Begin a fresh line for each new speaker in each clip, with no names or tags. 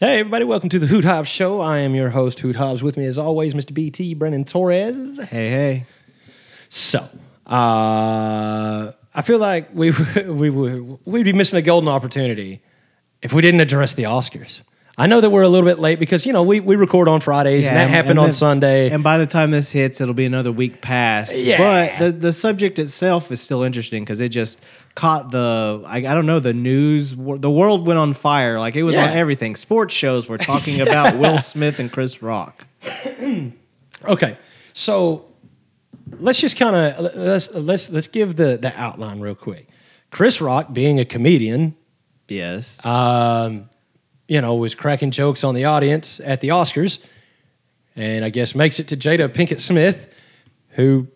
Hey, everybody, welcome to the Hoot Hobbs Show. I am your host, Hoot Hobbs. With me, as always, Mr. BT, Brennan Torres.
Hey, hey.
So, uh, I feel like we, we, would we'd be missing a golden opportunity if we didn't address the Oscars. I know that we're a little bit late because, you know, we, we record on Fridays and that happened on
then-
Sunday.
And by the time this hits, it'll be another week past.
Yeah.
But the, the subject itself is still interesting because it just caught the, I, I don't know, the news. wor- The world went on fire. Like it was
Yeah.
on everything. Sports shows were talking about Will Smith and Chris Rock.
Okay, so let's just kind of let's let's let's give the the outline real quick. Chris Rock, being a comedian,
Yes.
um, you know, was cracking jokes on the audience at the Oscars, and I guess makes it to Jada Pinkett Smith, who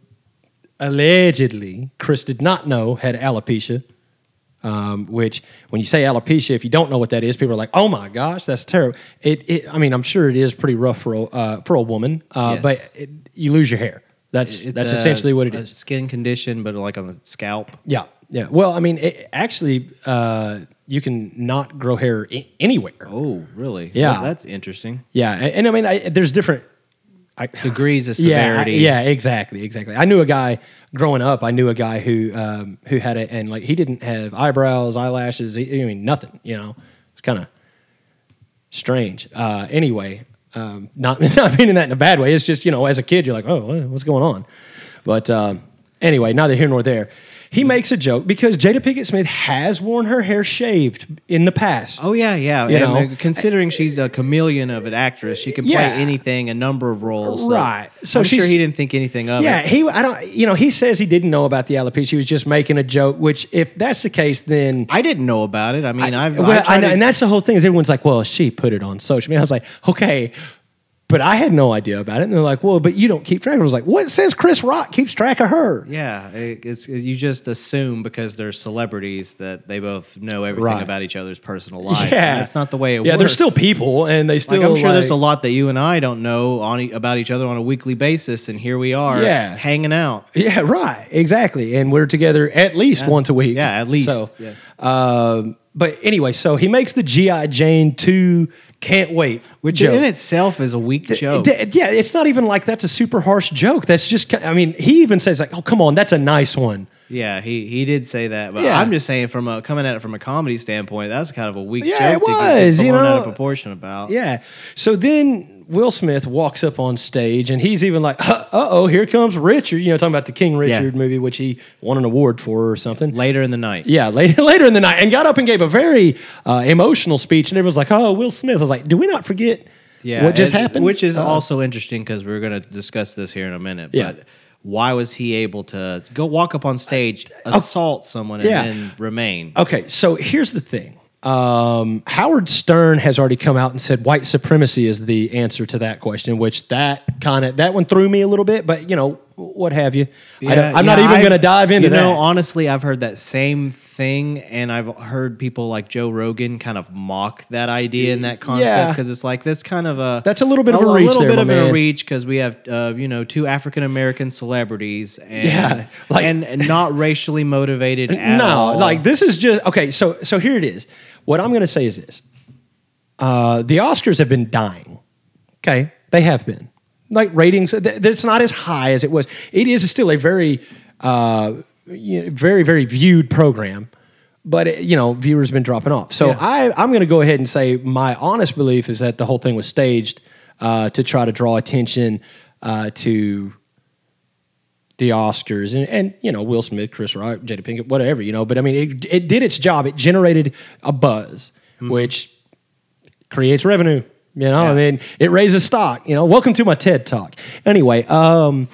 allegedly Chris did not know had alopecia. Um, which, when you say alopecia, if you don't know what that is, people are like, "Oh my gosh, that's terrible." It, it I mean, I'm sure it is pretty rough for a, uh, for a woman, uh,
Yes.
but it, you lose your hair. That's
It's uh,
that's
a-
essentially what it
a
is.
Skin condition, but like on the scalp.
Yeah, yeah. Well, I mean, it, actually, uh, you can not grow hair I- anywhere.
Oh, really?
Yeah.
Well, that's interesting.
Yeah, a- and, I mean, I, there's different I,
Degrees of
Yeah, I-
severity.
yeah, exactly, exactly. I knew a guy growing up. I knew a guy who um, who had it, and like he didn't have eyebrows, eyelashes. he- I mean, nothing. You know, it's kind of strange. Uh, anyway, um, not not meaning that in a bad way. It's just you know, as a kid, you're like, oh, what- what's going on? But um, anyway, neither here nor there. He makes a joke because Jada Pinkett Smith has worn her hair shaved in the past.
Oh yeah, yeah.
You
and
know?
uh, considering she's a chameleon of an actress, she can play
Yeah.
anything, a number of roles. So
Right. So
I'm sure
she's-
he didn't think anything of
Yeah,
it.
he. I don't. You know, he says he didn't know about the alopecia. He was just making a joke. Which, if that's the case, then
I didn't know about it. I mean, I, have
well,
I
I,
tried
know,
to-
and that's the whole thing. Is everyone's like, well, she put it on social media. I was like, okay, but I had no idea about it. And they're like, well, but you don't keep track. I was like, what it says Chris Rock keeps track of her?
yeah, it- it's you just assume because they're celebrities that they both know everything
Right.
about each other's personal lives. and that's not the way it
yeah,
works.
they're still people, and they still.
Like, I'm sure there's a lot that you and I don't know on e- about each other on a weekly basis, and here we are,
Yeah.
hanging out.
Yeah, right. Exactly. And we're together at least once a week.
Yeah, at least.
So,
Yeah.
um, but anyway, so he makes the G.I. Jane 2 can't wait.
Which
joke.
in itself is a weak joke.
D- Yeah, it's not even like that's a super harsh joke. That's just, ki- I mean, he even says like, "Oh, come on, that's a nice one."
Yeah, he he did say that, but
Yeah.
I'm just saying from a coming at it from a comedy standpoint, that's kind of a weak
Yeah,
joke
it
to
was,
get
you
blown out
know.
of proportion about.
Yeah. So then Will Smith walks up on stage, and he's even like, "Uh oh, here comes Richard." You know, talking about the King Richard movie, which he won an award for or something.
Later in the night.
Yeah, later, later in the night, and got up and gave a very uh, emotional speech, and everyone's like, "Oh, Will Smith." I was like, "Do we not forget
Yeah,
what just
and-
happened?"
Which is
Uh,
also interesting because we're going to discuss this here in a minute.
Yeah.
But why was he able to go walk up on stage, assault someone, and
Yeah.
then remain?
Okay, so here's the thing. Um, Howard Stern has already come out and said white supremacy is the answer to that question, which that kind of that one threw me a little bit, but you know what have you? I
Yeah,
don't, I'm
yeah,
not even
I've-
going to dive into
you
that.
know, honestly, I've heard that same thing, and I've heard people like Joe Rogan kind of mock that idea and that
Yeah.
concept because it's like that's kind of a
That's a little bit of a reach
little
there,
bit
my
of a
man.
reach because we have uh, you know two African American celebrities and
Yeah, like-
and, and not racially motivated at
no,
all.
like this is just okay. So so here it is. What I'm going to say is this: uh, the Oscars have been dying. Okay, they have been. Like ratings, th- th- it's not as high as it was. It is still a very, uh, you know, very very viewed program, but it, you know viewers have been dropping off. So I I'm going to go ahead and say my honest belief is that the whole thing was staged uh, to try to draw attention uh, to the Oscars and, and you know Will Smith, Chris Rock, Jada Pinkett, whatever you know. But I mean, it it did its job. It generated a buzz,
Hmm.
which creates revenue. You know, I
Yeah.
mean, it raises stock. You know, welcome to my TED talk. Anyway, um,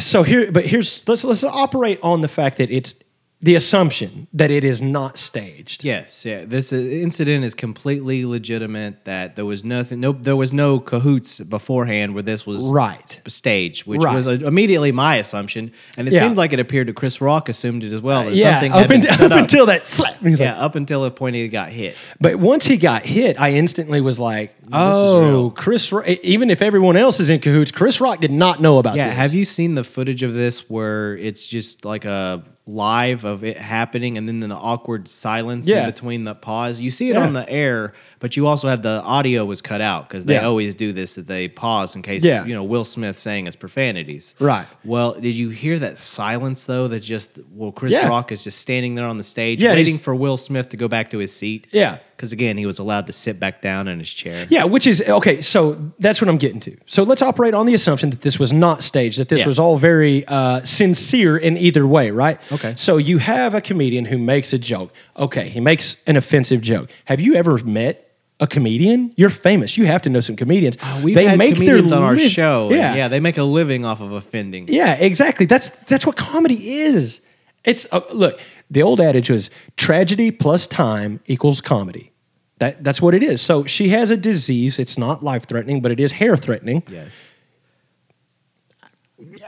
so here, but here's let's let's operate on the fact that it's the assumption that it is not staged.
Yes, yeah. This i- incident is completely legitimate. That there was nothing. No, there was no cahoots beforehand where this was
Right.
staged, which
Right.
was uh, immediately my assumption, and it
Yeah.
seemed like it appeared that Chris Rock assumed it as well. That
Yeah,
something had
up, in-
been
up
set up.
until that slap. He's like,
yeah, up until the point he got hit.
But once he got hit, I instantly was like,
real."
"Oh, Chris! Rock, even if everyone else is in cahoots, Chris Rock did not know about
Yeah,
this."
have you seen the footage of this where it's just like a live of it happening and then the awkward silence
Yeah.
in between the pause. You see it
Yeah.
on the air, but you also have the audio was cut out because they
Yeah.
always do this that they pause in case
Yeah.
you know Will Smith saying his profanities.
Right.
Well, did you hear that silence though? That just well, Chris
Yeah.
Rock is just standing there on the stage
Yeah,
waiting
he's-
for Will Smith to go back to his seat.
Yeah.
Because again, he was allowed to sit back down in his chair.
Yeah, which is okay. So that's what I'm getting to. So let's operate on the assumption that this was not staged, that this
Yeah.
was all very uh, sincere in either way, right?
Okay.
So you have a comedian who makes a joke. Okay, he makes an offensive joke. Have you ever met a comedian? You're famous. You have to know some comedians.
Uh, We've had comedians on our
liv-
show.
Yeah,
Yeah. yeah, they make a living off of offending.
yeah, exactly. That's that's what comedy is. It's uh, look. The old adage was tragedy plus time equals comedy. That that's what it is. So she has a disease. It's not life threatening, but it is hair threatening.
Yes.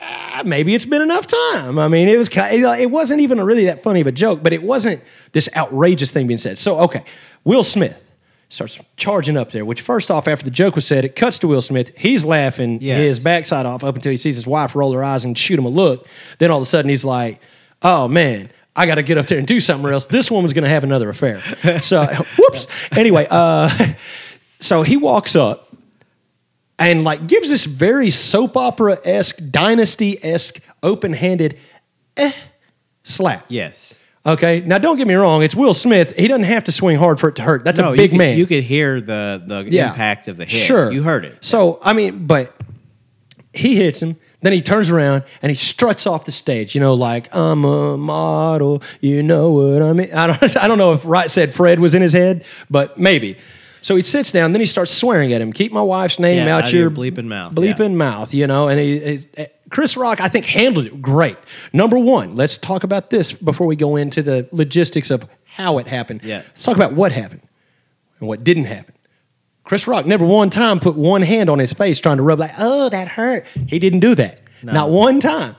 Ah, maybe it's been enough time. I mean, it was ki- it wasn't even really that funny of a joke, but it wasn't this outrageous thing being said. So okay, Will Smith starts charging up there. Which first off, after the joke was said, it cuts to Will Smith. He's laughing
Yes.
his backside off up until he sees his wife roll her eyes and shoot him a look. Then all of a sudden he's like, "Oh man." I got to get up there and do something, or else this woman's going to have another affair. So, whoops. Anyway, uh, so he walks up, and like gives this very soap opera esque, dynasty esque, open handed eh, slap.
Yes.
Okay. Now, don't get me wrong. It's Will Smith. He doesn't have to swing hard for it to hurt. That's a big
you could,
man.
You could hear the the
Yeah.
impact of the hit.
Sure.
You heard it.
So, I mean, but he hits him. Then he turns around and he struts off the stage, you know, like, I'm a model, you know what I mean? I don't, I don't know if Wright said Fred was in his head, but maybe. So he sits down, then he starts swearing at him. Keep my wife's name
Yeah,
out,
out of
your
your bleeping mouth, yeah.
Bleeping mouth, you know. And he, he- Chris Rock, I think, handled it great. Number one, let's talk about this before we go into the logistics of how it happened.
Yeah.
Let's talk about what happened and what didn't happen. Chris Rock never one time put one hand on his face trying to rub like, oh, that hurt. He didn't do that. Not one time.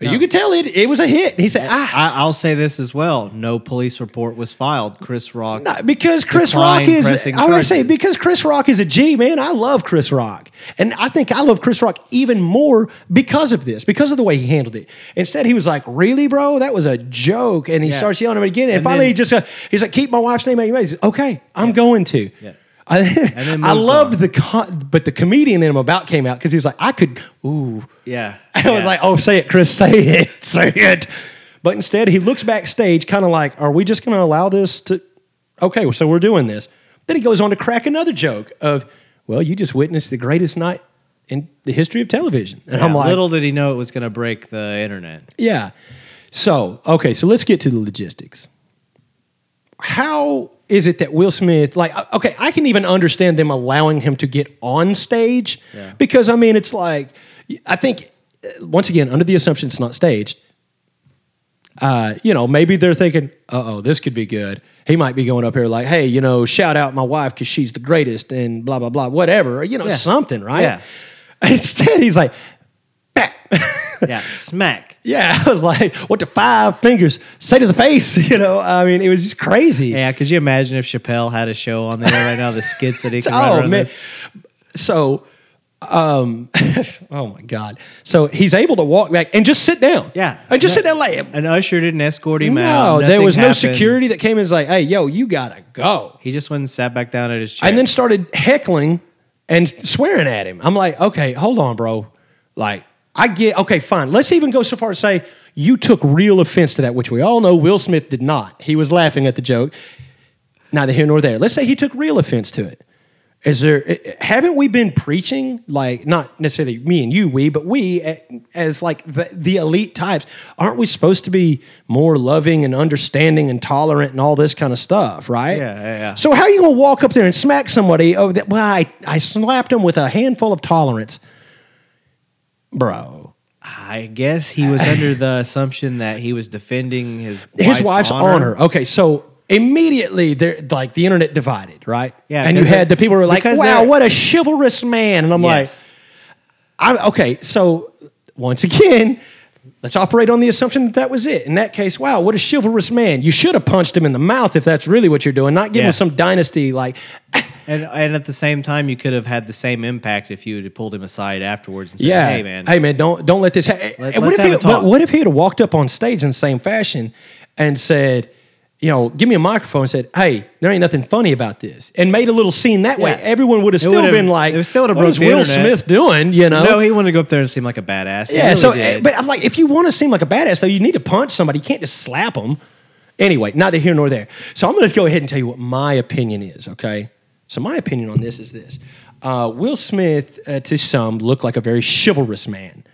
You could tell it it was a hit. He said, ah,
I, I'll say this as well. No police report was filed. Chris Rock.
no, because Chris
Decline
Rock is
pressing
I would say
charges.
because Chris Rock is a G, man. I love Chris Rock. And I think I love Chris Rock even more because of this, because of the way he handled it. Instead, he was like, Really, bro? That was a joke. And he
Yeah.
starts yelling at him again. And,
And
finally
then-
he just uh, he's like, Keep my wife's name out of your mouth. He says, Okay, I'm going to.
Yeah.
I,
then
I
moves
loved the con- but the comedian in him about came out because he's like, I could ooh.
Yeah.
I was
Yeah.
like, oh, say it, Chris, say it, say it. But instead, he looks backstage, kind of like, are we just going to allow this to? Okay, so we're doing this. Then he goes on to crack another joke of, well, you just witnessed the greatest night in the history of television. And I'm
Yeah,
like,
little did he know it was going to break the internet.
yeah. So, okay, so let's get to the logistics. How is it that Will Smith, like, uh, okay, I can even understand them allowing him to get on stage
Yeah.
because, I mean, it's like, I think, uh, once again, under the assumption it's not staged, uh, you know, maybe they're thinking, uh oh, this could be good. He might be going up here like, hey, you know, shout out my wife because she's the greatest and blah, blah, blah, whatever, or, you know,
Yeah.
something, right?
Yeah.
Instead, he's like, "Bah."
Yeah. Smack.
Yeah, I was like, what the five fingers say to the face? You know, I mean, it was just crazy.
Yeah. Could you imagine if Chappelle had a show on there right now? The skits that he could
oh
oh,
man. So, um, oh my God. So he's able to walk back and just sit down.
Yeah.
And just
No-
sit down like,
An usher didn't escort him
no,
out.
there
Nothing
was no
happened.
security that came in and was like, hey, yo, you gotta go.
He just went and sat back down at his chair.
And then started heckling and swearing at him. I'm like, okay, hold on, bro. Like, I get, okay, fine. Let's even go so far as say you took real offense to that, which we all know Will Smith did not. He was laughing at the joke. neither here nor there. Let's say he took real offense to it. Is there? eh, Haven't we been preaching like not necessarily me and you, we, but we eh, as like the, the elite types? Aren't we supposed to be more loving and understanding and tolerant and all this kind of stuff, right?
Yeah, yeah, yeah.
So how are you gonna walk up there and smack somebody? Oh, that, well, I I slapped him with a handful of tolerance, bro.
I guess he was under the assumption that he was defending his
His wife's, honor. Okay, so. Immediately, there like the internet divided, right?
Yeah,
and you
because
had the
they-
people who were like,
because
"Wow,
they're-
what a chivalrous man!" And I'm like,
Yes.
I'm okay. So once again, let's operate on the assumption that that was it. In that case, wow, what a chivalrous man! You should have punched him in the mouth if that's really what you're doing. Not give
Yeah.
him some dynasty like.
And and at the same time, you could have had the same impact if you had pulled him aside afterwards and said,
yeah,
"Hey, man,
hey man, don't don't let this. Ha-
Let-
And
let's
what if
have
he,
a talk.
What, what if he had walked up on stage in the same fashion and said, you know, give me a microphone and said, hey, there ain't nothing funny about this, and made a little scene that way,
Yeah.
everyone would have
It
still
would've-
been like,
it still would've
what
broke
is
the
Will
internet.
Smith doing? You know.
no, he wanted to go up there and seem like a badass." He
yeah,
really
so eh,
did.
but I'm like, if you want to seem like a badass, though, you need to punch somebody. You can't just slap them. Anyway, neither here nor there. So I'm going to go ahead and tell you what my opinion is. Okay, so my opinion on this is this: uh, Will Smith, uh, to some, looked like a very chivalrous man.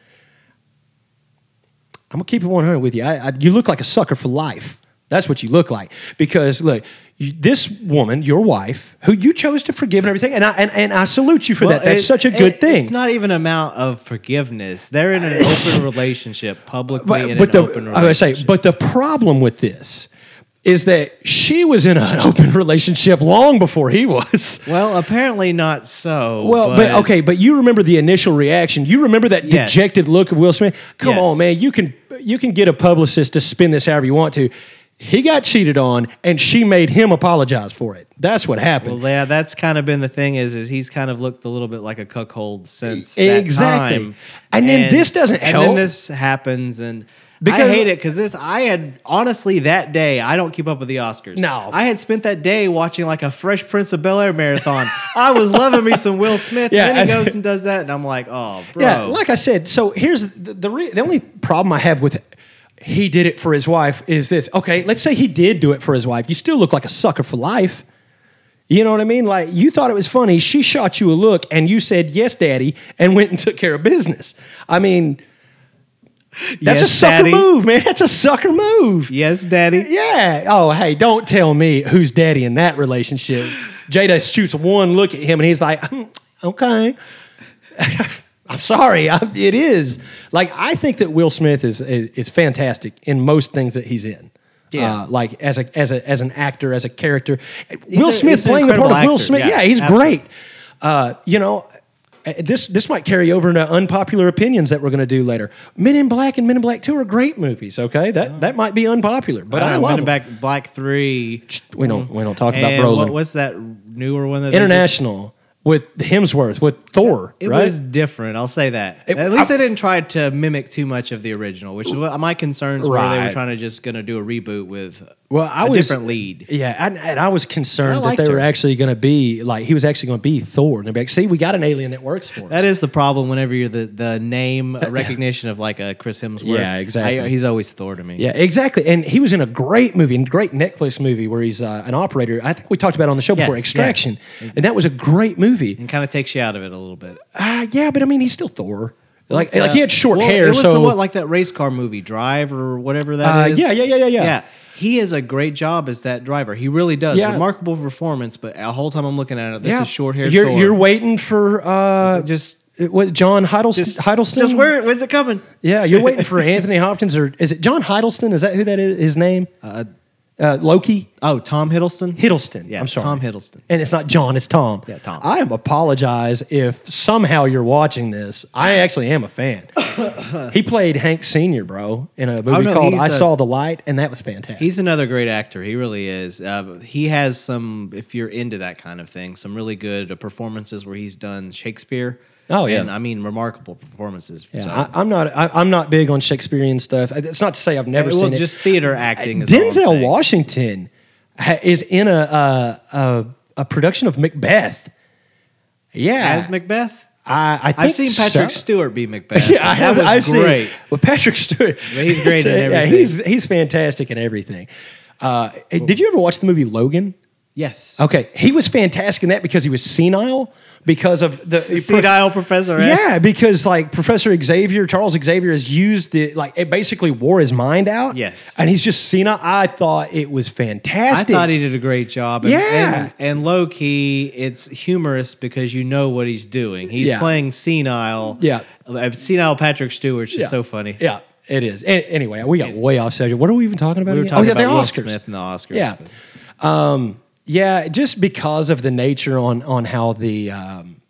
I'm gonna keep it 100 with you. I, I, you look like a sucker for life. That's what you look like. Because look, you, this woman, your wife, who you chose to forgive and everything, and I and, and I salute you for
Well,
that. That's
it-
such a
it-
good thing.
It's not even amount of forgiveness. They're in an open relationship publicly in an
the,
open
I would
relationship.
say, but the problem with this is that she was in an open relationship long before he was.
well, apparently not so.
Well, but, okay, but you remember the initial reaction. You remember that
Yes.
dejected look of Will Smith. Come
Yes.
on, man, you can you can get a publicist to spin this however you want to. He got cheated on, and she made him apologize for it. That's what happened.
Well, yeah, that's kind of been the thing is, is he's kind of looked a little bit like a cuckold since
Exactly.
that time.
And then this doesn't
and
help.
then this happens, and
Because-
I hate it because this I had honestly that day I don't keep up with the Oscars.
No.
I had spent that day watching like a Fresh Prince of Bel Air marathon. I was loving me some Will Smith,
Yeah,
and then he
and-
goes and does that, and I'm like, oh, bro,
Yeah, like I said. So here's the the, re- the only problem I have with he did it for his wife is this. Okay, let's say he did do it for his wife. You still look like a sucker for life. You know what I mean? Like you thought it was funny. She shot you a look, and you said yes, daddy, and went and took care of business. I mean, that's a
Yes,
sucker
Daddy.
move, man. That's a sucker move.
yes, Daddy.
Yeah. Oh, hey, don't tell me who's daddy in that relationship. Jada shoots one look at him and he's like, "Hmm, okay. I'm sorry. I, it is. Like, I think that Will Smith is, is, is fantastic in most things that he's in.
Yeah.
Uh, like as a as a as an actor, as a character,
a-
Will Smith
he's an
playing the part of
incredible
Will
actor.
Smith. Yeah,
Yeah,
he's
absolutely.
great. Uh, you know, uh, this this might carry over into unpopular opinions that we're going to do later. Men in Black and Men in Black Two are great movies. Okay, that that might be unpopular, but
I
I
don't know,
love
Men in
them.
Black, Black Three.
We don't we don't talk about
And
Brolin.
what, what's that newer one? That they just-
International with Hemsworth with Thor,
It
right?
was different. I'll say that.
It-
At least
I-
they didn't try to mimic too much of the original, which is what my concerns were. They
Right.
were trying to just going to do a reboot with
well, I
a
was
different lead.
Yeah, and, and I was
I
concerned that
liked
they were
her.
actually going to be like he was actually going to be Thor, and they'd be like, "See, we got an alien that works for us."
That is the problem whenever you're the, the name recognition of like a Chris Hemsworth.
Yeah, exactly.
I- he's always Thor to me.
Yeah, exactly. And he was in a great movie, and great Netflix movie where he's uh, an operator. I think we talked about it on the show before,
yeah. Mm-hmm.
Extraction, and that was a great movie.
And kind of takes you out of it a little bit.
Uh, yeah, but I mean, he's still Thor. Like, like he had short
Well,
hair,
It was
so
somewhat like that race car movie, Drive or whatever that
Uh,
is.
yeah, yeah, yeah, yeah, yeah.
Yeah. He is a great job as that driver. He really does.
Yeah.
Remarkable performance, but the whole time I'm looking at it, this
yeah,
is short hair.
You're
Thor.
you're waiting for uh,
just
what John Hiddleston? Hiddleston?
Just where? When's it coming?
Yeah, you're waiting for Anthony Hopkins or is it John Hiddleston? Is that who that is? His name? Uh, Loki
Oh, Tom Hiddleston.
Hiddleston.
Yeah,
I'm sorry,
Tom Hiddleston.
And it's not John, it's Tom.
Yeah, Tom.
I am apologize if somehow you're watching this. I actually am a fan. he played Hank Senior, bro, in a movie
Oh, no,
called
he's
"I
a-
Saw the Light," and that was fantastic.
He's another great actor. He really is. Uh, he has some, if you're into that kind of thing, some really good uh, performances where he's done Shakespeare.
Oh, yeah.
and I mean remarkable performances.
yeah,
So-
I, I'm not. I, I'm not big on Shakespearean stuff. It's not to say I've never
well,
seen it.
just theater acting. Is all I'm
Denzel
saying.
Washington ha- is in a a, a a production of Macbeth. Yeah,
as Macbeth.
I, I think
I've seen Patrick
so.
Stewart be Macbeth.
Yeah, I have.
That was
I've
great.
Seen, well, Patrick Stewart.
he's great in
Yeah,
everything.
he's he's fantastic in everything. Uh, hey, did you ever watch the movie Logan?
Yes.
Okay, he was fantastic in that because he was senile because of the
Senile Professor X.
Yeah, because like Professor Xavier, Charles Xavier has used the like it basically wore his mind out.
Yes.
and he's just senile. I thought it was
I
fantastic.
thought he did a great job. And,
Yeah.
And, and low key, it's humorous because you know what he's doing. He's
Yeah.
playing senile.
Yeah.
Uh, Senile Patrick Stewart's just
Yeah.
so funny.
Yeah, it is. A- anyway, we got way off subject. What are we even talking about?
We were
again?
talking
oh yeah,
about
the
Will
Oscars.
Smith and the Oscars.
Yeah. Um, yeah, just because of the nature on on how the um,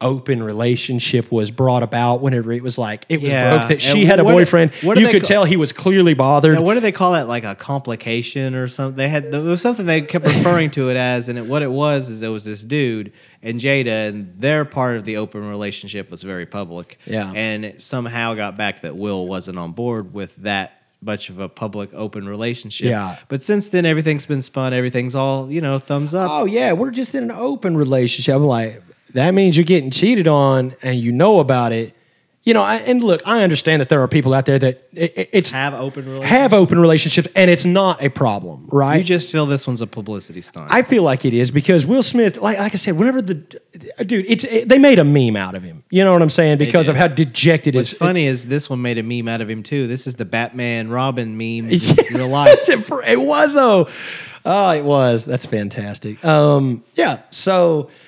open relationship was brought about whenever it was like it was
Yeah.
broke that
And
she had a
what-
boyfriend.
what do
you
they
could
ca-
tell he was clearly bothered.
Now, what do they call that? Like a complication or something? They had there was something they kept referring to it as, and it, what it was is there was this dude and Jada, and their part of the open relationship was very public.
Yeah.
and it somehow got back that Will wasn't on board with that much of a public open relationship.
Yeah.
but since then everything's been spun. Everything's all you know, thumbs up.
oh yeah, we're just in an open relationship. I'm like, that means you're getting cheated on and you know about it. You know, I, and look, I understand that there are people out there that it, it- it's
Have open relationships.
have open relationships and it's not a problem, right?
you just feel this one's a publicity stunt.
I feel like it is because Will Smith, like, like I said, whenever the dude, it's it, they made a meme out of him. You know what I'm saying? Because of
did.
how dejected
What's
it's
funny is this one made a meme out of him too. This is the Batman Robin meme
Yeah,
in real life.
it's impr- it was though. Oh, it was. That's fantastic. Um, yeah. So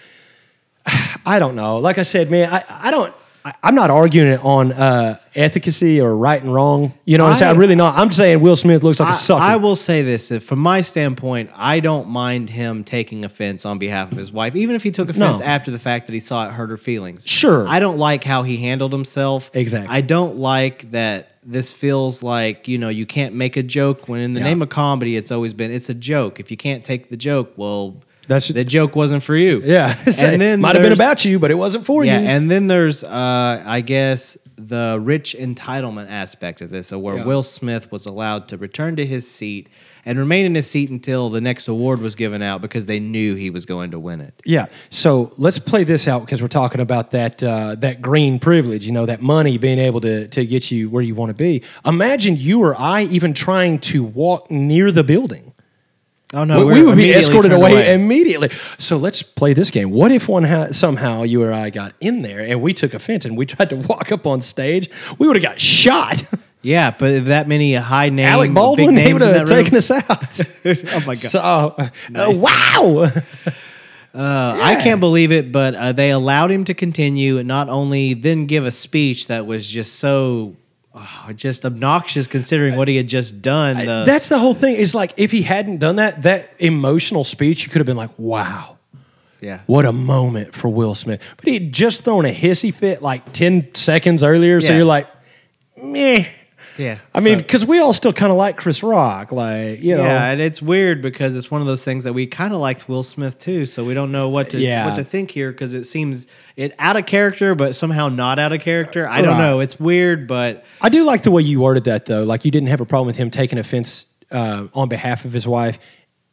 I don't know. Like I said, man, I, I don't. I, I'm not arguing it on uh, efficacy or right and wrong. You know what I'm saying?
I-
I'm really not. I'm saying Will Smith looks like a sucker.
I, I will say this if, from my standpoint, I don't mind him taking offense on behalf of his wife, even if he took offense
No.
after the fact that he saw it hurt her feelings.
Sure.
I don't like how he handled himself.
Exactly.
I don't like that this feels like, you know, you can't make a joke when in the
Yeah.
name of comedy, it's always been it's a joke. If you can't take the joke, well,
That's-
the joke wasn't for you.
yeah.
And then
might have been
there's-
about you, but it wasn't for
yeah,
you.
and then there's, uh, I guess, the rich entitlement aspect of this, so where
Yeah.
Will Smith was allowed to return to his seat and remain in his seat until the next award was given out because they knew he was going to win it.
Yeah. So let's play this out because we're talking about that uh, that green privilege. You know, that money being able to to get you where you want to be. Imagine you or I even trying to walk near the building.
Oh no,
we, we would be escorted away, immediately. So let's play this game. What if one ha- somehow you or I got in there and we took offense and we tried to walk up on stage? We would have got shot.
yeah, but if that many high name,
Alec
big
Baldwin,
names
he
in
would have
that room-
taken us out.
Oh my god.
So, uh, wow.
Uh, I can't believe it, but uh, they allowed him to continue and not only then give a speech that was just so oh, just obnoxious considering what he had just done. the-
That's the whole thing. Is like if he hadn't done that, that emotional speech, you could have been like, wow.
yeah.
What a moment for Will Smith. But he had just thrown a hissy fit like 10 seconds earlier. So
Yeah.
you're like, meh.
Yeah.
I mean, because we all still kind of like Chris Rock. Like, you know.
yeah, and it's weird because it's one of those things that we kind of liked Will Smith too, so we don't know what to
Yeah.
what to think here because it seems it out of character, but somehow not out of character. I don't
Right.
know. It's weird, but
I do like the way you worded that, though. Like, you didn't have a problem with him taking offense uh, on behalf of his wife,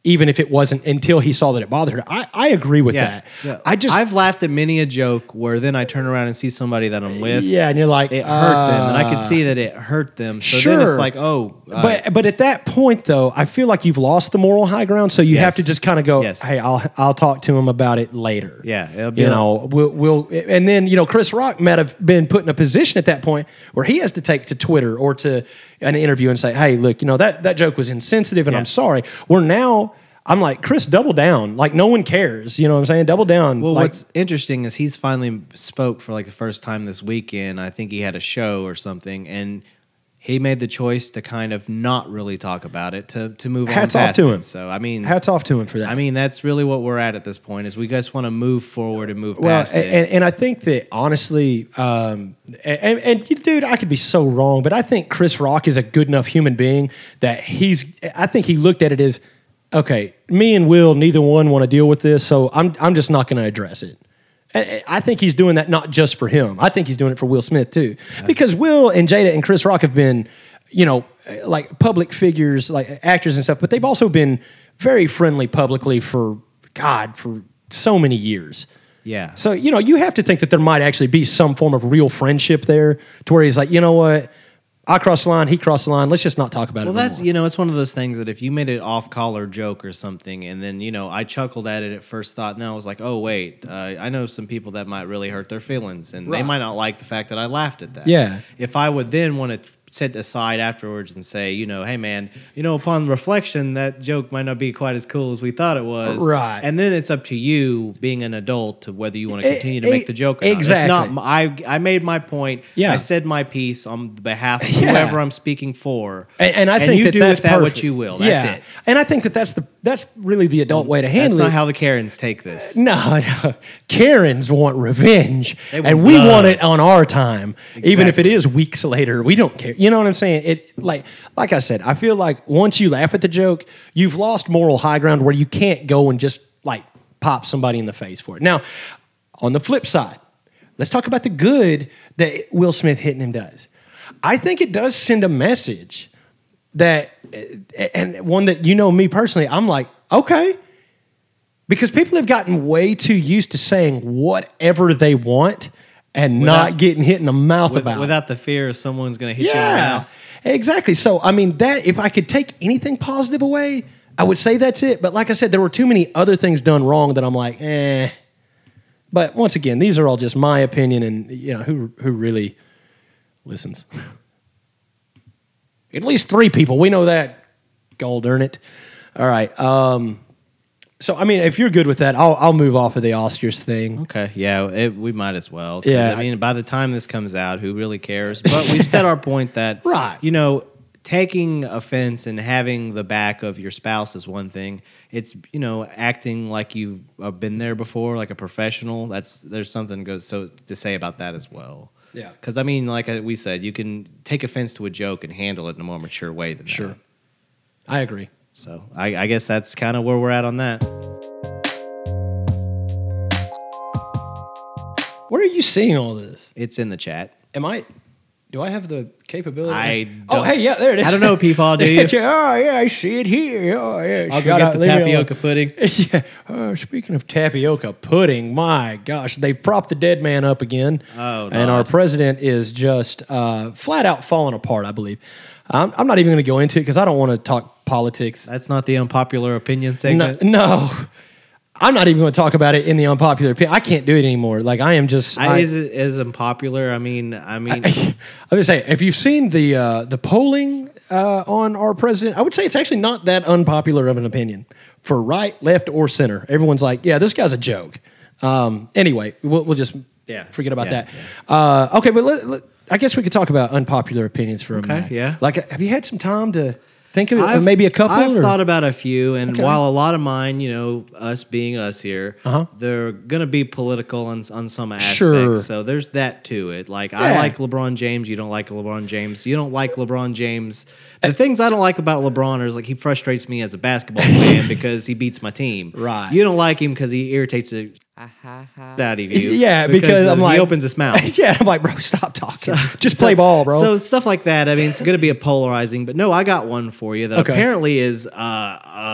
even if it wasn't until he saw that it bothered her. I, I agree with
yeah,
that.
yeah.
I just,
I've laughed at many a joke where then I turn around and see somebody that I'm with.
yeah, and you're like,
It hurt them, and I could see that it hurt them. So then
sure.
it's like, oh, uh,
but but at that point though, I feel like you've lost the moral high ground, so you have to
Yes.
just kind of go,
Yes.
"Hey, I'll I'll talk to him about it later."
Yeah, it'll be
you
like-
know, we'll, we'll and then you know, Chris Rock might have been put in a position at that point where he has to take to Twitter or to an interview and say, "Hey, look, you know that that joke was insensitive, and
Yeah.
I'm sorry." We're now. I'm like Chris, double down. Like no one cares. You know what I'm saying? Double down.
Well,
like,
what's interesting is he's finally spoke for like the first time this weekend. I think he had a show or something, and he made the choice to kind of not really talk about it to to move
Hats
on.
off
past
to
it.
him.
So I mean,
hats off to him for that.
I mean that's really what we're at at this point is we just want to move forward and move
Well,
past
and,
it.
and, and I think that honestly, um, and, and dude, I could be so wrong, but I think Chris Rock is a good enough human being that he's. I think he looked at it as, okay, me and Will, neither one want to deal with this, so I'm I'm just not going to address it. And and I think he's doing that not just for him. I think he's doing it for Will Smith too, because Will and Jada and Chris Rock have been, you know, like public figures, like actors and stuff, but they've also been very friendly publicly for God for so many years.
yeah.
So, you know, you have to think that there might actually be some form of real friendship there to where he's like, you know what? I crossed the line, he crossed the line. Let's just not talk about it.
Well, that's
anymore."
you know, it's one of those things that if you made an off collar joke or something, and then you know, I chuckled at it at first thought, and then I was like, oh wait, uh, I know some people that might really hurt their feelings, and they
Right.
might not like the fact that I laughed at that.
Yeah.
If I would then want to sit aside afterwards and say, you know, hey man, you know, upon reflection, that joke might not be quite as cool as we thought it was.
Right.
And then it's up to you, being an adult, to whether you want to
E-
continue to make
e-
the joke. Or not. It's
exactly.
not. my- I I made my point.
Yeah.
I said my piece on behalf of
Yeah.
whoever I'm speaking for.
And, and I think
you
that
do
that's
with that what
perfect.
you will. That's
yeah.
it.
And I think that that's the that's really the adult way to
That's
handle
not
it.
how the Karens take this.
No, no. Karens want revenge,
want
and we
love.
want it on our time, even if it
Exactly.
is weeks later. We don't care. You know what I'm saying? It like like I said, I feel like once you laugh at the joke, you've lost moral high ground where you can't go and just like pop somebody in the face for it. Now, on the flip side, let's talk about the good that Will Smith hitting him does. I think it does send a message that, and one that you know me personally, I'm like, okay, because people have gotten way too used to saying whatever they want and not getting hit in the mouth
With-
about it.
without the fear of someone's going to hit you in the
Yeah,
mouth.
exactly. So I mean, that if I could take anything positive away, I would say that's it. But like I said, there were too many other things done wrong that I'm like, eh. But once again, these are all just my opinion, and you know who who really listens. At least three people. We know that. Gold, earn it. All right. Um, so, I mean, if you're good with that, I'll, I'll move off of the Oscars thing.
Okay, yeah, it, we might as well. 'Cause,
Yeah.
I mean, by the time this comes out, who really cares? But we've said our point that,
Right.
You know, taking offense and having the back of your spouse is one thing. It's you know acting like you've uh, been there before, like a professional. That's there's something goes so to say about that as well.
Yeah.
because I mean, like uh, we said, you can take offense to a joke and handle it in a more mature way than
Sure.
that.
I agree.
So I, I guess that's kind of where we're at on that.
Where are you seeing all this?
It's in the chat.
Am I? Do I have the capability?
I
oh
don't-
hey yeah there it is.
I don't know, Peepaw, do you?
oh yeah, I see it here. Oh yeah,
I'll
shut
go get
up,
the
leave me alone.
tapioca pudding.
yeah. Uh, speaking of tapioca pudding, my gosh, they've propped the dead man up again.
Oh,
and
no.
our president is just uh, flat out falling apart. I believe. I'm, I'm not even going to go into it because I don't want to talk politics.
That's not the unpopular opinion
No,
segment.
no. I'm not even going to talk about it in the unpopular opinion. I can't do it anymore. Like I am just.
I,
I-
is it as unpopular? I mean, I mean,
I would say, if you've seen the uh, the polling uh, on our president, I would say it's actually not that unpopular of an opinion for right, left, or center. Everyone's like, "Yeah, this guy's a joke." Um, anyway, we'll, we'll just
Yeah.
forget about
Yeah,
that. Uh, okay, but let, let- I guess we could talk about unpopular opinions for a minute.
yeah.
Like, have you had some time to think of
I've-
maybe a couple?
I've
or-
thought about a few, and
Okay.
while a lot of mine, you know, us being us here,
Uh-huh.
they're gonna be political on on some aspects.
Sure.
So there's that to it. Like
Yeah.
I like LeBron James. You don't like LeBron James. You don't like LeBron James. The things I don't like about LeBron is like he frustrates me as a basketball fan because he beats my team.
Right.
You don't like him because he irritates the out of you.
yeah, because, I'm
he
like,
opens his mouth.
yeah, I'm like, bro, stop talking. just play ball, bro.
So stuff like that. I mean, it's going to be a polarizing, but no, I got one for you that
Okay.
apparently is uh,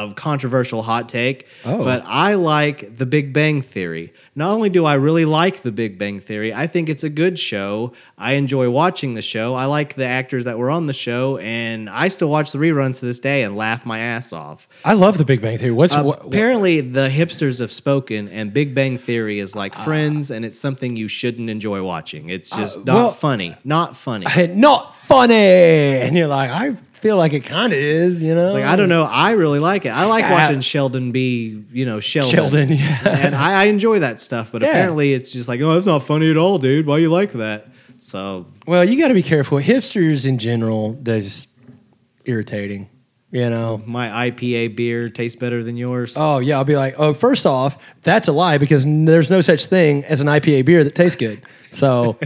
a controversial hot take.
Oh.
But I like The Big Bang Theory. Not only do I really like The Big Bang Theory, I think it's a good show. I enjoy watching the show. I like the actors that were on the show, and I still watch the reruns to this day and laugh my ass off.
I love the Big Bang Theory. What's
Uh,
what, what-
Apparently, the hipsters have spoken, and Big Bang Theory is like
Uh,
Friends, and it's something you shouldn't enjoy watching. It's just not
well-
funny. Not funny.
not funny. And you're like, I feel like it kind of is, you know?
It's like I don't know. I really like it. I like
Yeah.
watching Sheldon be, you know, Sheldon.
Sheldon, yeah.
and I, I enjoy that stuff. But
Yeah.
apparently, it's just like, oh, that's not funny at all, dude. Why you like that? So
Well, you got to be careful. Hipsters in general, they're just irritating, you know?
my IPA beer tastes better than yours.
Oh, yeah. I'll be like, oh, first off, that's a lie because n- there's no such thing as an IPA beer that tastes good. So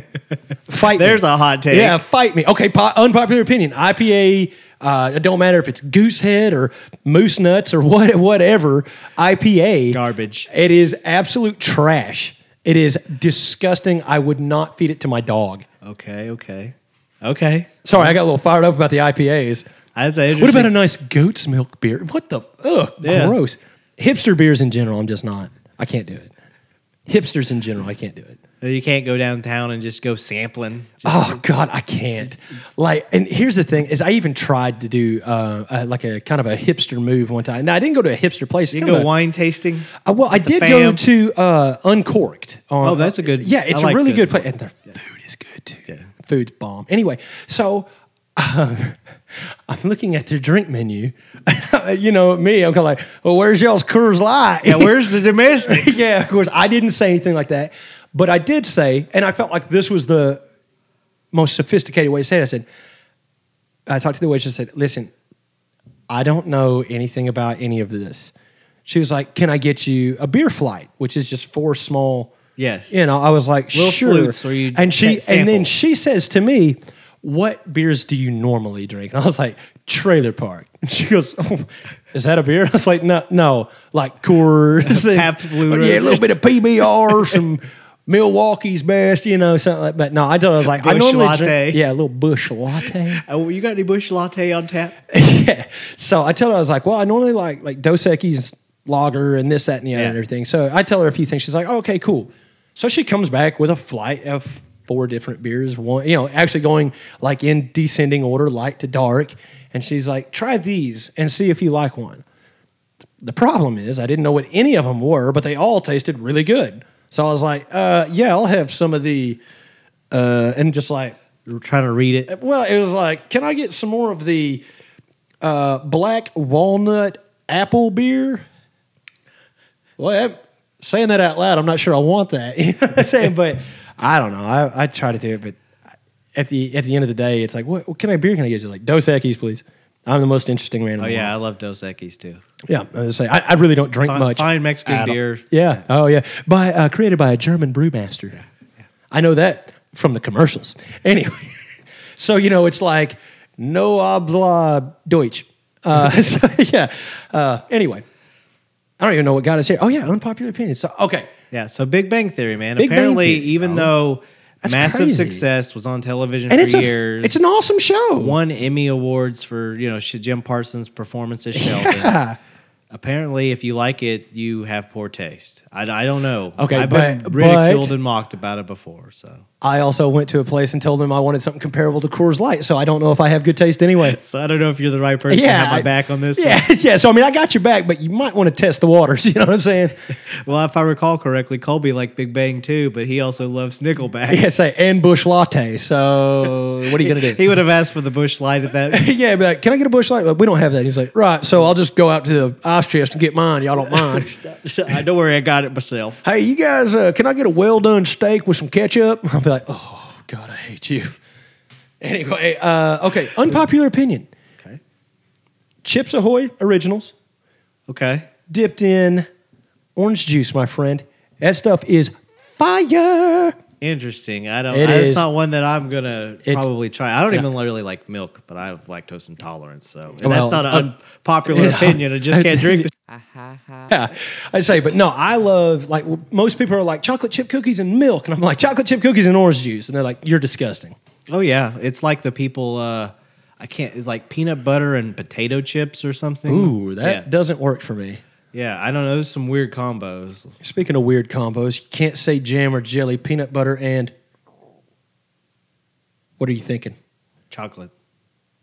fight me.
There's a hot take.
Yeah, fight me. Okay, po- unpopular opinion. IPA. Uh, it don't matter if it's goose head or moose nuts or what, whatever. IPA
Garbage.
It is absolute trash. It is disgusting. I would not feed it to my dog.
Okay. Okay. Okay.
Sorry, I got a little fired up about the IPAs.
That's an
What
interesting-
about a nice goat's milk beer? What the? Ugh,
Yeah.
gross. Hipster beers in general, I'm just not. I can't do it. Hipsters in general, I can't do it.
Oh, You can't go downtown and just go sampling. Just-
Oh God, I can't. Like, and here's the thing: is I even tried to do uh, uh like a kind of a hipster move one time. Now I didn't go to a hipster place.
you
It's kind
can go
of a-
wine tasting.
I- Uh, well, I did go
fam.
to uh, Uncorked. on- uh,
Oh, that's a good-
Yeah, it's
I
a
like
really
good
good place, and their food is good too.
Yeah.
Food's bomb. Anyway, so. um, I'm looking at their drink menu. you know, me, I'm kind of like, well, where's y'all's Coors Light?
Yeah, where's the domestics?
yeah, of course. I didn't say anything like that, but I did say, and I felt like this was the most sophisticated way to say it. I said, I talked to the waitress and said, listen, I don't know anything about any of this. She was like, Can I get you a beer flight? Which is just four small
Yes.
you know, I was like,
Little
sure.
flutes where you
and she
get
and then
sample.
she says to me, "What beers do you normally drink?" And I was like, "Trailer Park." And she goes, oh, "Is that a beer?" I was like, "No, no, like Coors,
Pabst Blue
yeah, a
Ribbon.
little bit of PBR, some Milwaukee's best, you know, something like." But no, I thought I was like, "I
Busch
normally
latte.
drink, yeah, a little bush latte."
Oh, you got any bush latte on tap?
yeah. So I tell her I was like, well, I normally like like Dos Equis lager and this, that, and the other,
Yeah.
and everything. So I tell her a few things. She's like, oh, okay, cool. So she comes back with a flight of four different beers. One, you know, actually going like in descending order, light to dark. And she's like, try these and see if you like one. The problem is, I didn't know what any of them were, but they all tasted really good. So I was like, uh, yeah, I'll have some of the, uh, and just like
We're trying to read it.
well, it was like, can I get some more of the uh, black walnut apple beer? Well, that, saying that out loud, I'm not sure I want that. You know what I'm saying? But I don't know. I, I try to do it, but at the at the end of the day, it's like, what, what kind of beer can I get? you like Dos Equis, please. I'm the most interesting man. In
Oh
the
yeah, I
world.
love Dos Equis too.
yeah. I was gonna say, I, I really don't drink
Fine,
much.
fine Mexican
at all.
beer.
Yeah. Oh yeah. By uh, created by a German brewmaster. I know that from the commercials. Anyway, so you know it's like no obla Deutsch. Uh, so, yeah. Uh, anyway, I don't even know what got us here. Oh yeah, unpopular opinion. So okay,
Yeah, so Big Bang Theory, man.
Big Bang
Apparently,
Theory,
even though
That's
massive
crazy.
success was on television
and
for
it's a
years,
it's an awesome show.
won Emmy awards for you know Sh- Jim Parsons' performance as Sheldon.
Yeah.
Apparently, if you like it, you have poor taste. I, I don't know.
Okay,
I've been
but-
ridiculed
but-
and mocked about it before. So,
I also went to a place and told them I wanted something comparable to Coors Light. So I don't know if I have good taste anyway.
so I don't know if you're the right person to have my
I-
back on this.
Yeah, yeah. So I mean, I got your back, but you might want to test the waters. You know what I'm saying?
one. Well, if I recall correctly, Colby liked Big Bang too, but he also loves Nickelback.
Yeah, say and bush latte. So what are you gonna do?
he would have asked for the bush light at that.
yeah, be like, can I get a bush light? Like, we don't have that. He's like, right. So I'll just go out to Austrias and get mine. Y'all don't mind.
I don't worry, I got it myself.
hey, you guys, uh, can I get a well done steak with some ketchup? I'll be like, oh God, I hate you. Anyway, uh, okay. Unpopular opinion:
Okay.
Chips Ahoy originals
Okay.
dipped in orange juice, my friend. That stuff is fire.
Interesting. I don't.
It
I,
is.
It's not one that I'm gonna
It's-
probably try. I don't
yeah.
even really like milk, but I have lactose intolerance, so and
Well,
that's not
uh,
an unpopular
you know,
opinion. I just can't drink. The
Yeah, I say, but no, I love like w- most people are like chocolate chip cookies and milk, and I'm like chocolate chip cookies and orange juice, and they're like, you're disgusting.
oh yeah, it's like the people. uh I can't. It's like peanut butter and potato chips or something.
Ooh, that
Yeah,
doesn't work for me.
yeah I don't know. There's some weird combos.
Speaking of weird combos, you can't say jam or jelly, peanut butter, and what are you thinking?
Chocolate.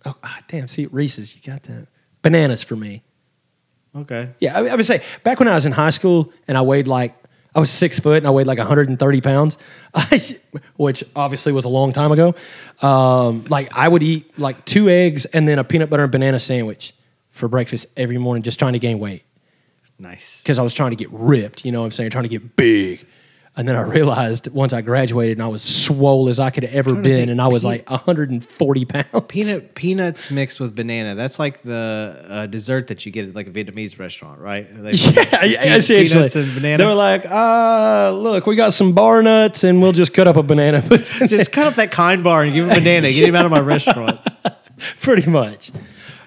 Oh, ah, damn! See, Reese's, you got that. Bananas for me.
Okay.
Yeah, I, I would say back when I was in high school and I weighed like I was six foot and I weighed like 130 pounds, which obviously was a long time ago. Um, like I would eat like two eggs and then a peanut butter and banana sandwich for breakfast every morning, just trying to gain weight
Nice.
because I was trying to get ripped. You know what I'm saying? Trying to get big. And then I realized once I graduated and I was swole as I could have ever
to
been,
think.
and I was like 140 pounds.
Peanut peanuts mixed with banana. That's like the uh, dessert that you get at like a Vietnamese restaurant, right? They-
yeah, yeah,
peanuts
essentially.
and banana.
They were like, uh, look, we got some bar nuts and we'll just cut up a banana.
Just cut up that kind bar and give him a banana. Get him out of my restaurant.
Pretty much.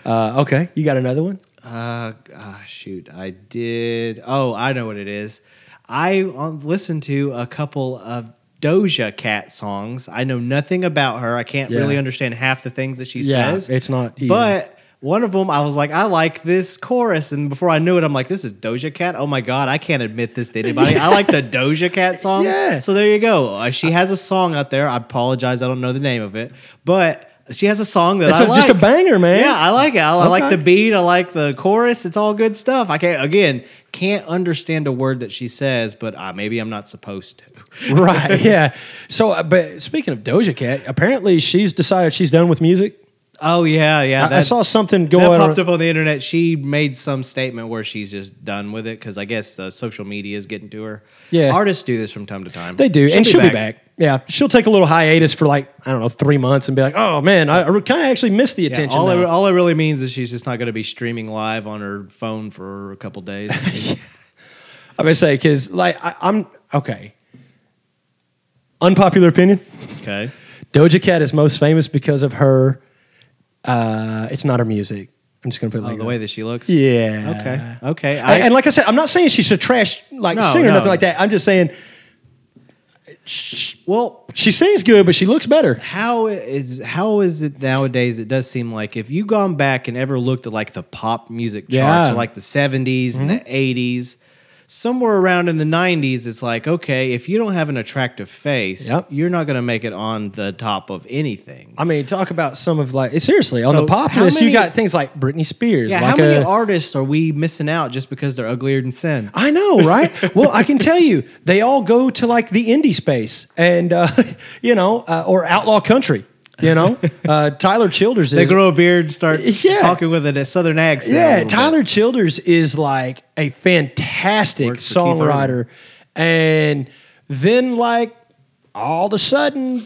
Uh, okay, you got another one?
Uh, ah, shoot, I did. Oh, I know what it is. I um, listened to a couple of Doja Cat songs. I know nothing about her. I can't
Yeah.
really understand half the things that she
Yeah,
says.
it's not easy.
But one of them, I was like, I like this chorus, and before I knew it, I'm like, this is Doja Cat. Oh my god, I can't admit this to anybody. I like the Doja Cat song.
Yeah.
So there you go. Uh, she has a song out there. I apologize, I don't know the name of it, but. She has a song that
That's
I
a-
like.
just a banger, man.
Yeah, I like it. I, I like
Okay.
the beat. I like the chorus. It's all good stuff. I can't again can't understand a word that she says, but uh, maybe I'm not supposed to.
right, yeah. So, uh, but speaking of Doja Cat, apparently she's decided she's done with music.
Oh yeah, yeah.
I, I saw something
that
going.
popped up on the internet. She made some statement where she's just done with it because I guess uh, social media is getting to her.
Yeah.
artists do this from time to time.
They do, and she'll be back. Yeah, she'll take a little hiatus for like I don't know three months and be like, "Oh man, I, kind of actually missed the
Yeah,
attention."
all,
now."
it, all it really means is she's just not going to be streaming live on her phone for a couple days.
I'm gonna say because like I, I'm okay. Unpopular opinion:
okay,
Doja Cat is most famous because of her. Uh, it's not her music. I'm just gonna put it like
Oh, the
that.
way that she looks.
Yeah.
Okay. Okay.
I- and like I said, I'm not saying she's a trash like
No,
singer or
no.
nothing like that. I'm just saying
well,
she sings good, but she looks better.
how is how is it nowadays? It does seem like if you gone back and ever looked at like the pop music charts,
Yeah. Mm-hmm.
of, like the 70s and the eighties, somewhere around in the nineties, it's like okay, if you don't have an attractive face,
Yep.
you're not going to make it on the top of anything.
I mean, talk about some of like seriously on
So
the pop
how
list. you
many-
got things like Britney Spears.
Yeah,
like
how many
a-
artists are we missing out just because they're uglier than sin?
I know, right? well, I can tell you, they all go to like the indie space and, uh, you know, uh, or outlaw country, you know? Uh, Tyler Childers
They
is.
grow a beard, start
Yeah.
talking with it a southern accent. a
yeah,
little bit.
Tyler Childers is like a fantastic
Works for Keith
songwriter. And then, like, all of a sudden,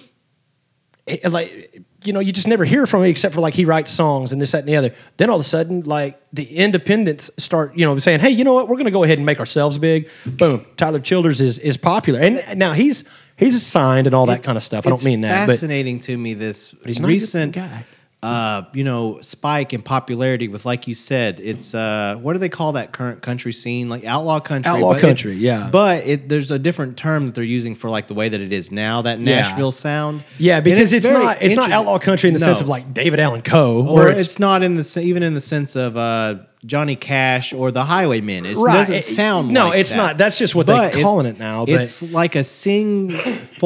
it- like, you know, you just never hear from him except for like he writes songs and this, that, and the other. Then all of a sudden, like the independents start, you know, saying, "Hey, you know what? We're going to go ahead and make ourselves big." Boom! Tyler Childers is is popular, and now he's he's signed and all that kind of stuff. I don't
It's
mean that, but
Fascinating to me this
he's not a good
recent
guy.
Uh, you know spike in popularity with like you said it's uh what do they call that current country scene like outlaw country
Outlaw
but it-
country, yeah.
but it, there's a different term that they're using for like the way that it is now that
Yeah.
Nashville sound
yeah,
And
because it's,
very
not it's not
interesting.
outlaw country in the
No.
sense of like David Allen Coe,
or
where
it's, not in the se- even in the sense of uh Johnny Cash or the Highwaymen it doesn't
It-
sound
No,
like
it's
that.
not. That's just what
But
they're calling it, now. But
it's like a sing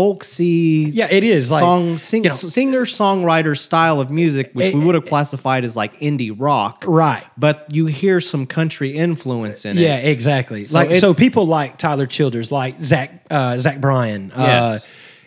folksy
Yeah, it is, like,
song sing,
you know-
singer songwriter style of music which
It-
we would have classified as like indie rock
Right.
but you hear some country influence in
yeah,
it
exactly. like so,
it's-
people like Tyler Childers, like Zach uh, Zach Bryan.
Yes.
Uh,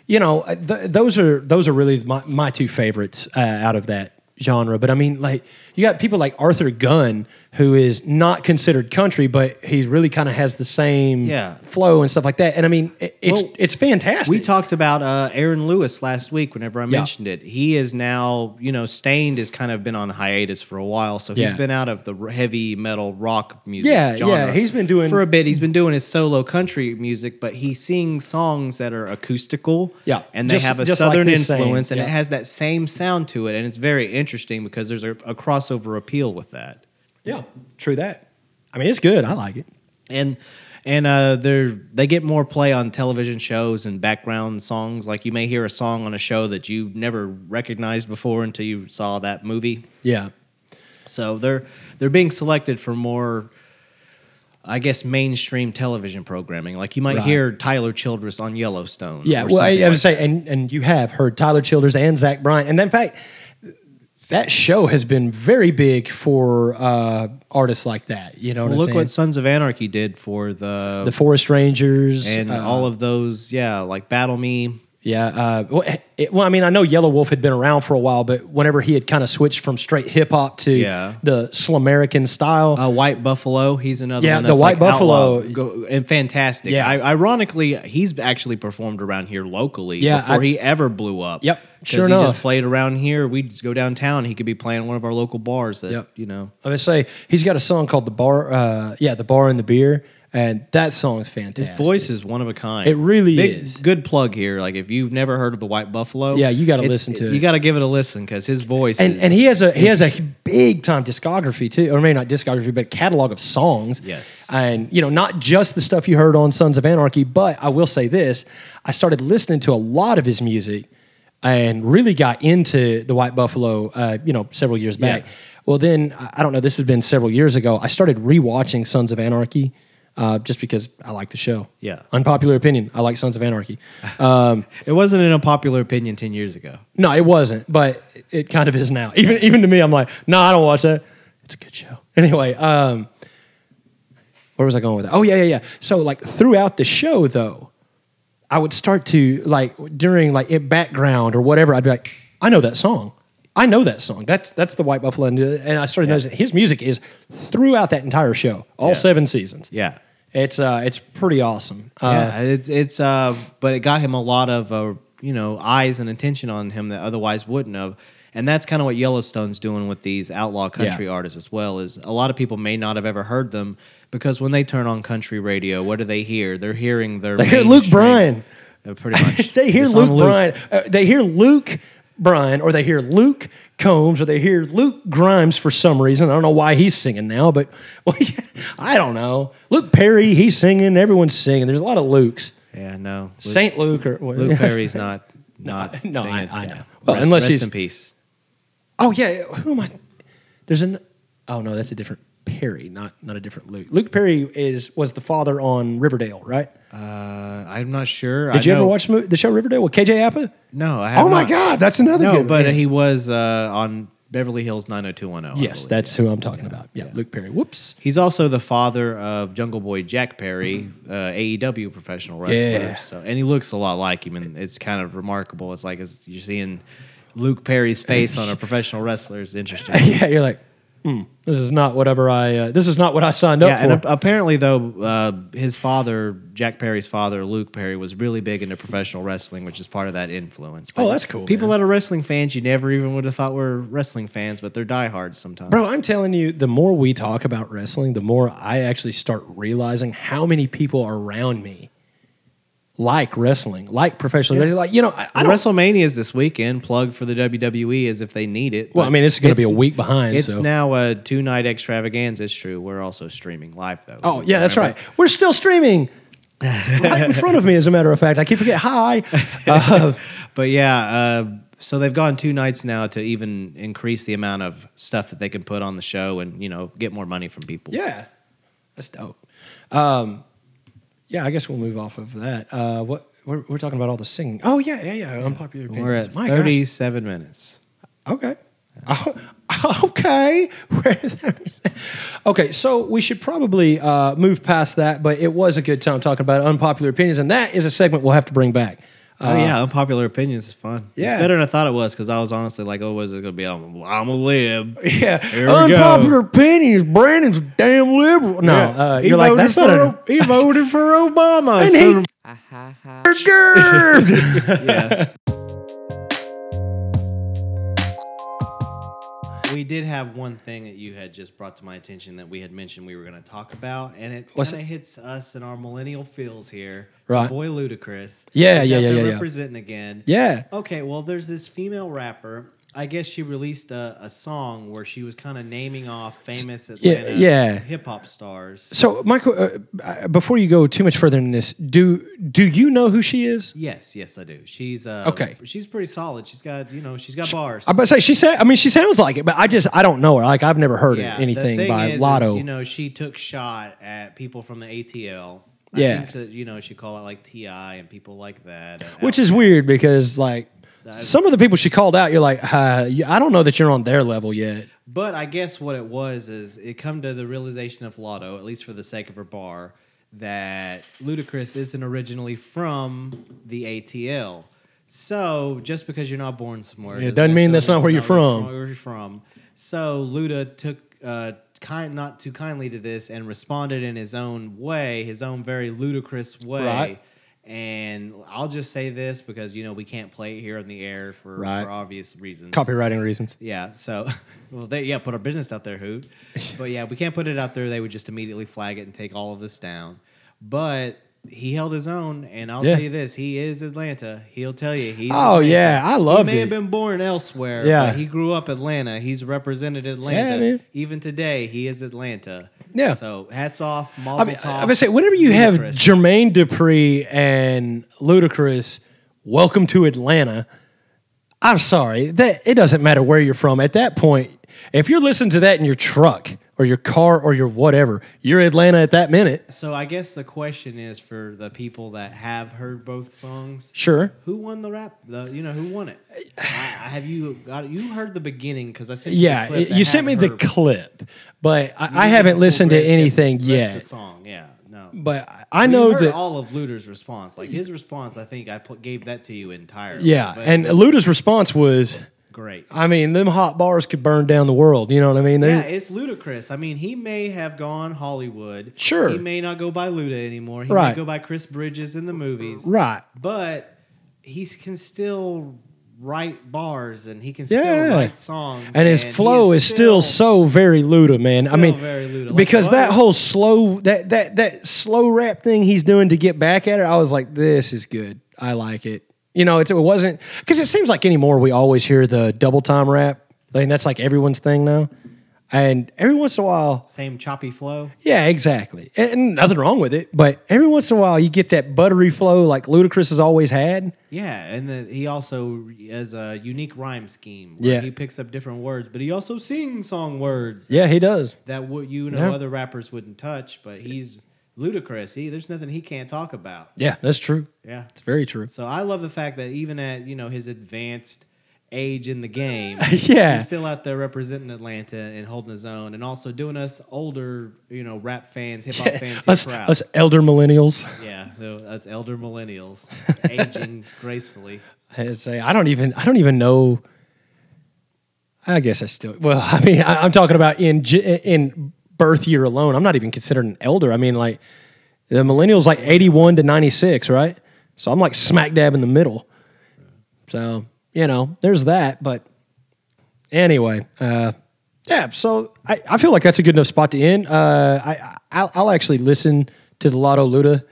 you know, th- those are those are really my, my two favorites uh, out of that genre. But I mean, like you got people like Arthur Gunn, who is not considered country, but he really kind of has the same
Yeah.
flow and stuff like that. And I mean, it, it's
Well,
it's fantastic.
we talked about uh, Aaron Lewis last week whenever I
Yeah.
mentioned it. He is now, you know, Stained has kind of been on hiatus for a while. So he's
Yeah.
been out of the r- heavy metal rock music
Yeah, yeah,
genre.
he's been doing-
For a bit, he's been doing his solo country music, but he sings songs that are acoustical.
Yeah,
And they
just-
have a
just like
southern
this saying,
influence and
yeah.
it has that same sound to it. And it's very interesting because there's a, a crossover appeal with that.
yeah, true that. I mean, it's good. I like it.
and and uh, they're they get more play on television shows and background songs. Like you may hear a song on a show that you never recognized before until you saw that movie.
Yeah,
So they're they're being selected for more, I guess, mainstream television programming. Like you might
Right.
hear Tyler Childress on Yellowstone.
Yeah,
or
well, I,
something
I
like
would say, and and you have heard Tyler Childers and Zach Bryan, and in fact, that show has been very big for uh, artists like that. You know, what
Well,
I'm
look
saying?
what Sons of Anarchy did for the,
the Forest Rangers
and
uh,
all of those. Yeah, like Battle Me.
yeah. Uh, well, it- well, I mean, I know Yellow Wolf had been around for a while, but whenever he had kind of switched from straight hip hop to
Yeah.
the Slamerican style,
Uh, White Buffalo. He's another
Yeah,
one.
the
That's
White
like
Buffalo.
outlaw, go, and fantastic.
Yeah.
I, ironically, he's actually performed around here locally
Yeah,
before
I-
he ever blew up.
Yep,
'Cause
sure
he
enough.
just played around here. We'd just go downtown. He could be playing one of our local bars. That
Yep.
you know.
I would say he's got a song called "The Bar," uh, yeah, "The Bar and the Beer," and that song's fantastic.
His voice is one of a kind.
It really
Big-
is.
Good plug here. Like if you've never heard of the White Buffalo,
Yeah, you gotta
it's-
listen to
You
it.
got to give it a listen because his voice
and
is,
and he has a he has a big time discography too, or maybe not discography, but a catalog of songs.
Yes.
and you know not just the stuff you heard on Sons of Anarchy, but I will say this: I started listening to a lot of his music, and really got into the White Buffalo. Uh, you know, several years back.
Yeah.
Well, then I I don't know. This has been several years ago. I started rewatching Sons of Anarchy. Uh, just because I like the show.
Yeah.
Unpopular opinion. I like Sons of Anarchy.
It wasn't an unpopular opinion ten years ago.
No, it wasn't, but it kind of is now. Even even to me, I'm like, no, I don't watch that. It's a good show. Anyway, um, where was I going with that? Oh yeah, yeah, yeah. So like throughout the show, though, I would start to like during like it background or whatever. I'd be like, I know that song. I know that song. That's that's the White Buffalo, and, and I started noticing his music is throughout that entire show, all seven seasons.
Yeah.
It's uh, it's pretty awesome. Uh,
yeah, it's it's uh, but it got him a lot of uh, you know eyes and attention on him that otherwise wouldn't have, and that's kind of what Yellowstone's doing with these outlaw country
Yeah.
artists as well. Is a lot of people may not have ever heard them because when they turn on country radio, what do they hear? They're hearing their they
hear Luke Bryan.
pretty much.
they hear
It's on
Luke, Bryan. Uh, they hear Luke Bryan, or they hear Luke Combs, or they hear Luke Grimes for some reason. I don't know why he's singing now, but well, yeah, I don't know. Luke Perry, he's singing. Everyone's singing. There's a lot of Lukes.
Yeah, no. Luke,
Saint Luke or
Luke Perry's not not.
No, I-
singing.
I know.
Yeah.
Well,
Rest-
unless
rest
he's-
in peace.
Oh yeah, who am I? There's an. Oh no, that's a different Perry, not not a different Luke. Luke Perry is was the father on Riverdale, right?
Uh, I'm not sure.
Did you ever watch the movie- the show Riverdale with KJ Appa?
No, I have
Oh my
not.
God, that's another
No,
good.
but
one.
he was uh, on Beverly Hills 90210. I
yes,
believe.
that's who I'm talking about. Yeah, Luke Perry. Whoops.
He's also the father of Jungle Boy Jack Perry, uh, AEW professional wrestler.
Mm-hmm. Yeah.
So, and he looks a lot like him, and it's kind of remarkable. It's like it's, you're seeing Luke Perry's face on a professional wrestler. It's interesting.
yeah, you're like, hmm, this is not whatever I. Uh, this is not what I signed up
yeah,
for.
and ap- apparently though, uh, his father, Jack Perry's father, Luke Perry, was really big into professional wrestling, which is part of that influence.
Oh, that's cool,
People
man.
that are wrestling fans, you never even would have thought were wrestling fans, but they're diehards sometimes.
Bro, I'm telling you, the more we talk about wrestling, the more I actually start realizing how many people around me like wrestling, like professional wrestling. Like, you know, I, I don't
WrestleMania is this weekend. Plug for the WWE is if they need it.
Well,
but
I mean, it's going to be a week behind.
It's
so.
now a two night extravaganza. It's true. We're also streaming live though.
oh, yeah, that's
Remember?
right. We're still streaming right in front of me, as a matter of fact. I keep forgetting. Hi. Uh,
But yeah, uh, so they've gone two nights now to even increase the amount of stuff that they can put on the show and you know get more money from people.
yeah, that's dope. Um, yeah, I guess we'll move off of that. Uh, what we're, we're talking about all the singing. Oh yeah, yeah, yeah. Unpopular opinions.
We're at
My gosh.
thirty-seven minutes.
Okay. Oh, okay. okay. So we should probably uh, move past that, but it was a good time talking about unpopular opinions, and that is a segment we'll have to bring back.
Oh yeah, unpopular opinions is fun.
yeah.
it's better than I thought it was because I was honestly like, oh, was it gonna be? I'm, I'm a lib.
Yeah,
Here we
unpopular opinions. Brandon's damn liberal. No,
Yeah.
uh,
He
you're like
voted
that's not
for
a
O- he voted for Obama.
And
son
he-
of- yeah. We did have one thing that you had just brought to my attention that we had mentioned we were going to talk about, and it
What's
kind of hits us in our millennial feels here.
Right.
So boy, Ludacris.
Yeah,
He's
yeah, yeah,
out there
yeah, yeah.
Representing again.
Yeah.
Okay, well, there's this female rapper. I guess she released a, a song where she was kind of naming off famous Atlanta
yeah.
hip hop stars.
So, Michael, uh, uh, before you go too much further than this, do do you know who she is?
Yes, yes, I do. She's uh,
Okay.
She's pretty solid. She's got you know she's got bars.
I'm about to say she said. I mean, she sounds like it, but I just I don't know her. Like I've never heard
Yeah,
of
the
anything
thing
by
is, is,
Lotto.
you know, she took shot at people from the ATL. I
Yeah.
think that, you know, she called it like TI and people like that. and
Which is weird because like some of the people she called out, you're like, uh, you- I don't know that you're on their level yet.
But I guess what it was is it come to the realization of Lotto, at least for the sake of her bar, that Ludacris isn't originally from the ATL. So just because you're not born somewhere,
Yeah, it doesn't mean that's not where you're
necessarily
from.
Where you're from. So Luda took uh, kind not too kindly to this and responded in his own way, his own very ludicrous way.
Right.
And I'll just say this because you know we can't play it here on the air for,
Right.
for obvious reasons.
Copywriting reasons.
Yeah. So, well, they yeah put our business out there, hoot. But yeah, we can't put it out there. They would just immediately flag it and take all of this down. But he held his own, and I'll
Yeah.
tell you this: he is Atlanta. He'll tell you. He's
Oh,
Atlanta.
yeah, I loved
He
it.
may have been born elsewhere.
Yeah.
but he grew up Atlanta. He's represented Atlanta.
man.
Even today, he is Atlanta.
Yeah.
So hats off,
I
Mazel
mean,
tov,
I would say whenever you have
Ludacris.
Jermaine Dupree and Ludacris, "Welcome to Atlanta." I'm sorry that it doesn't matter where you're from. At that point, if you're listening to that in your truck or your car or your whatever, you're Atlanta at that minute.
So I guess the question is for the people that have heard both songs.
Sure.
Who won the rap? The, you know who won it? I, I- have you got you heard the beginning because I sent you
Yeah,
the clip that
you sent me
had
the
her-
clip, but I, I
You
haven't
didn't
listened to
rest it-
anything
rest The
yet.
song, yeah, no.
But I- I
You
know
heard
that
all of Luder's response, like his response, I think I put, gave that to you entirely.
Yeah,
but
and Luda's response was
great.
I mean, them hot bars could burn down the world. You know what I mean? They-
Yeah, it's ludicrous. I mean, he may have gone Hollywood.
Sure.
He may not go by Luda anymore. He
Right.
may go by Chris Bridges in the movies.
Right.
But he s- can still write bars and he can
Yeah.
still write songs.
And his
he
flow is still, so very Luda, man. I
still
mean,
very Luda. Like,
because that
what?
whole slow that that that slow rap thing he's doing to get back at it, I was like, this is good. I like it. You know, it, it wasn't because it seems like anymore we always hear the double time rap. I mean, that's like everyone's thing now. And every once in a while,
same choppy flow.
Yeah, exactly. And, and nothing wrong with it, but every once in a while you get that buttery flow like Ludacris has always had.
Yeah, and then he also has a unique rhyme scheme. Where
Yeah.
he picks up different words, but he also sings song words
Yeah, he does.
that w- you know
Yeah.
other rappers wouldn't touch. But he's ludicrous. He there's nothing he can't talk about.
Yeah, that's true.
Yeah.
It's very true.
So I love the fact that even at you know his advanced age in the game,
Yeah.
he's still out there representing Atlanta and holding his own, and also doing us older you know rap fans, hip hop fans,
Us,
hip crowd.
us elder millennials.
yeah, though, us elder millennials aging gracefully.
I'd say I don't even I don't even know. I guess I still well. I mean, I, I'm talking about in ge- in birth year alone. I'm not even considered an elder. I mean, like the millennials like 81 to 96, right? So I'm like smack dab in the middle. So you know, there's that. But anyway, uh, yeah. So I, I feel like that's a good enough spot to end. Uh, I I'll, I'll actually listen to the Lotto Luda